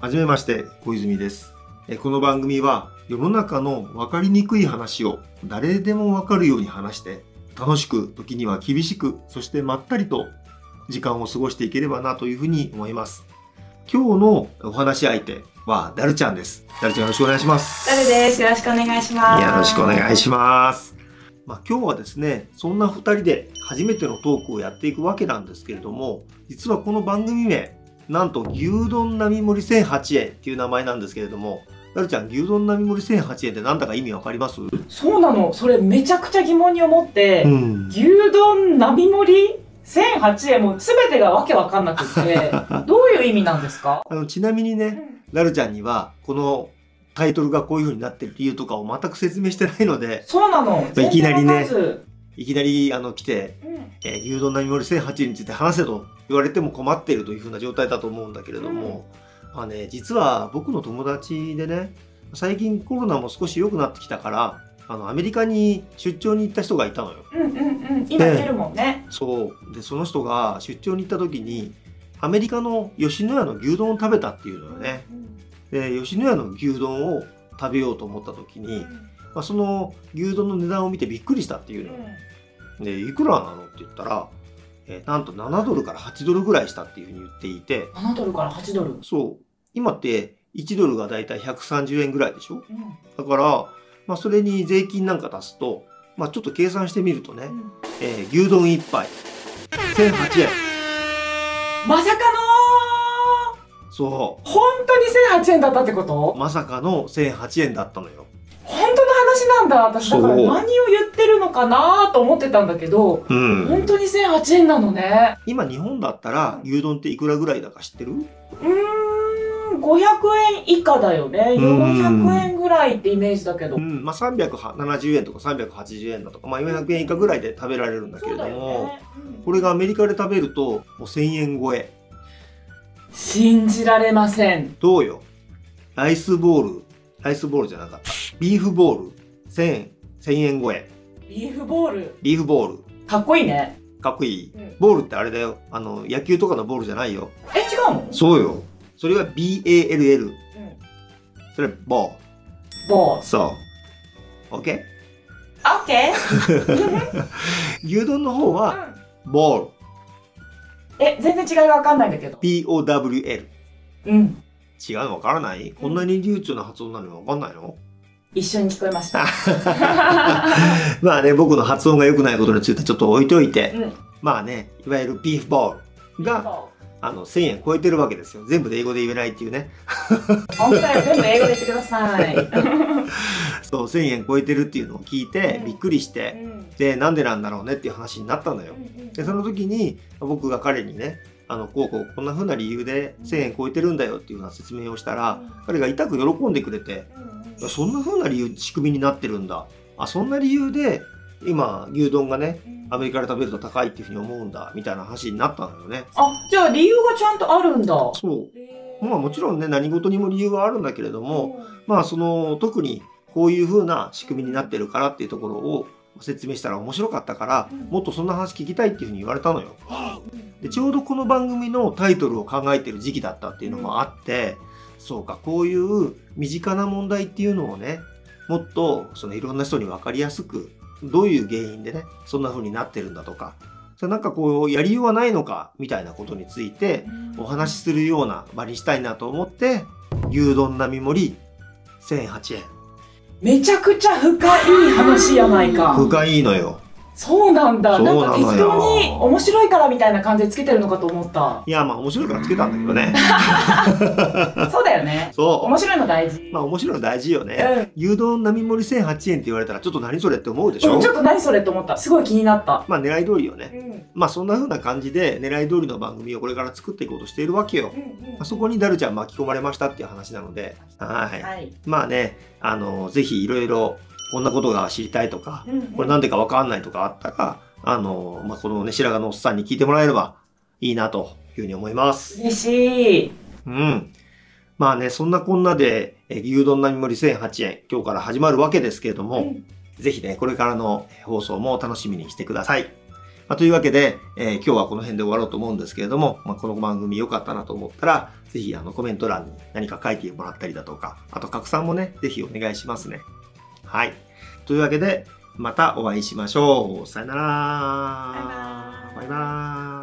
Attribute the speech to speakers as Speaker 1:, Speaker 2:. Speaker 1: はじめまして、小泉です。えこの番組は世の中の分かりにくい話を誰でも分かるように話して、楽しく、時には厳しく、そしてまったりと時間を過ごしていければなというふうに思います。今日のお話し相手はダルちゃんです。ダルちゃんよろしくお願いします。
Speaker 2: 誰です。よろしくお願いします。
Speaker 1: よろしくお願いします。まあ、今日はですね、そんな2人で初めてのトークをやっていくわけなんですけれども、実はこの番組名、なんと牛丼並盛り1008円っていう名前なんですけれども、なるちゃん、牛丼並盛り1008円ってなんだか意味わかりますう
Speaker 2: そうなの。それめちゃくちゃ疑問に思って、
Speaker 1: ん。
Speaker 2: 牛丼並盛り1008円もう全てがわけわかんなく て、どういう意味なんですか？
Speaker 1: あのちなみにね、なるちゃんには、このタイトルがこういう風になってる理由とかを全く説明してないので、
Speaker 2: そうなの。
Speaker 1: いきなりね
Speaker 2: 全然わかず
Speaker 1: いきなりあの来て、えー牛丼並盛り1008円について話せと言われても困っているというふうな状態だと思うんだけれども、まあね、実は僕の友達でね最近コロナも少し良くなってきたからあのアメリカに出張に行った人がいたのよ。
Speaker 2: うんうんうんうん。今
Speaker 1: ね
Speaker 2: 出るもんね。
Speaker 1: そうでその人が出張に行った時にアメリカの吉野家の牛丼を食べたっていうのよね。で吉野家の牛丼を食べようと思った時
Speaker 2: うん。
Speaker 1: に、まあ、その牛丼の値段を見てびっくりしたっていうのよ。でいくらなのって言ったら、えーなんと7ドルから8ドルぐらいしたっていうふうに言っていて
Speaker 2: 7ドルから8ドル。
Speaker 1: そう今って1ドルがだいたい130円ぐらいでしょ
Speaker 2: うん
Speaker 1: だから、まあ、それに税金なんか足すと、まあ、ちょっと計算してみるとね、えー牛丼1杯1008円
Speaker 2: まさかの
Speaker 1: そ
Speaker 2: ー本当に1008円だったってこと
Speaker 1: う？まさかの1008円だったのよ
Speaker 2: 本当の話なんだ。私だから
Speaker 1: そう
Speaker 2: 何を言ってるのかなと思ってたんだけど。
Speaker 1: う
Speaker 2: 本
Speaker 1: ん
Speaker 2: 当に1008円なのね
Speaker 1: 今日本だったら牛丼っていくらぐらいだか知ってる
Speaker 2: うーん500円以下だよね
Speaker 1: うん
Speaker 2: 400円ぐらいってイメージだけど
Speaker 1: うんまあ370円とか380円だとか、まあ、400円以下ぐらいで食べられるんだけ
Speaker 2: そ
Speaker 1: れ
Speaker 2: う
Speaker 1: ど
Speaker 2: だよ
Speaker 1: も、
Speaker 2: ね
Speaker 1: これがアメリカで食べるともう1000円超え
Speaker 2: 信じられません
Speaker 1: どうよライスボールライスボールじゃなかったビーフボール1000 1000円超え
Speaker 2: ビーフボール
Speaker 1: ビーフボール
Speaker 2: かっこいいね、
Speaker 1: かっこいい
Speaker 2: え違
Speaker 1: ボールってあれだよあの野球とかのボールじゃないよ
Speaker 2: うの
Speaker 1: そうよそれが BALL それボール
Speaker 2: ボール
Speaker 1: そう OK
Speaker 2: オッケ
Speaker 1: 牛丼の方は
Speaker 2: ー
Speaker 1: ボール
Speaker 2: え全然違いが分かんないんだけど
Speaker 1: POWL
Speaker 2: うん
Speaker 1: 違うのわからないこんなに流暢な発音なのにわかんないの
Speaker 2: 一緒に聞こえました
Speaker 1: まあね僕の発音が良くないことについてちょっと置いといて
Speaker 2: うん
Speaker 1: まあね、いわゆるビーフボールがあの1000円超えてるわけですよ。全部で英語で言えないっていうね。
Speaker 2: 本当に全部英語で言ってください、
Speaker 1: そう、1000円超えてるっていうのを聞いて
Speaker 2: うん
Speaker 1: びっくりして、で、なんでなんだろうねっていう話になったのよ。で、その時に僕が彼にね、あの、こうこう、こんな風な理由で1000円超えてるんだよっていうような説明をしたら、彼が痛く喜んでくれて、いやそんな風な理由、仕組みになってるんだ。あ、そんな理由で、今、牛丼がね、アメリカで食べると高いっていうふうに思うんだ、みたいな話になったのよね。
Speaker 2: あじゃあ理由がちゃんとあるんだ
Speaker 1: そう。まあもちろんね何事にも理由はあるんだけれども、
Speaker 2: うん
Speaker 1: まあその特にこういう風な仕組みになってるからっていうところを説明したら面白かったから
Speaker 2: うん
Speaker 1: もっとそんな話聞きたいっていう風に言われたのよ。でちょうどこの番組のタイトルを考えてる時期だったっていうのもあってそうかこういう身近な問題っていうのをねもっとそのいろんな人に分かりやすくどういう原因でねそんな風になってるんだとかそれなんかこうやりようはないのかみたいなことについてお話しするような場にしたいなと思って牛丼並盛り1008円
Speaker 2: めちゃくちゃ深い話やないか
Speaker 1: 深いのよ
Speaker 2: そうなんだ
Speaker 1: そうな
Speaker 2: な
Speaker 1: のよ
Speaker 2: んか適当に面白いからみたいな感じでつけてるのかと思った
Speaker 1: いやまあ面白いからつけたんだけど ね
Speaker 2: そうだよね
Speaker 1: そ
Speaker 2: 面白いの大事
Speaker 1: うまあ面白いの大事よね
Speaker 2: うん
Speaker 1: 牛丼並盛り1008円って言われたらちょっと何それって思うでしょ
Speaker 2: ちょっと何それと思ったすごい気になった
Speaker 1: まあ狙い通りよ
Speaker 2: う
Speaker 1: ね
Speaker 2: んうん
Speaker 1: まあそんな風な感じで狙い通りの番組をこれから作っていこうとしているわけよ
Speaker 2: うん
Speaker 1: まあそこにダルちゃん巻き込まれましたっていう話なのではい
Speaker 2: はい
Speaker 1: まあねあのぜひいろいろこんなことが知りたいとか
Speaker 2: うんうん
Speaker 1: これなんでかわかんないとかあったら、あの、まあ、このね、白髪のおっさんに聞いてもらえればいいなというふうに思います。
Speaker 2: 嬉しい
Speaker 1: うん。まあね、そんなこんなで、え牛丼並盛り1008円、今日から始まるわけですけれども、
Speaker 2: うん
Speaker 1: ぜひね、これからの放送も楽しみにしてください。まあ、というわけで、えー今日はこの辺で終わろうと思うんですけれども、まあ、この番組良かったなと思ったら、ぜひあのコメント欄に何か書いてもらったりだとか、あと拡散もね、ぜひお願いしますね。はい。というわけで、またお会いしましょう。さよなら。
Speaker 2: バイバー
Speaker 1: バ
Speaker 2: イ
Speaker 1: イバーイ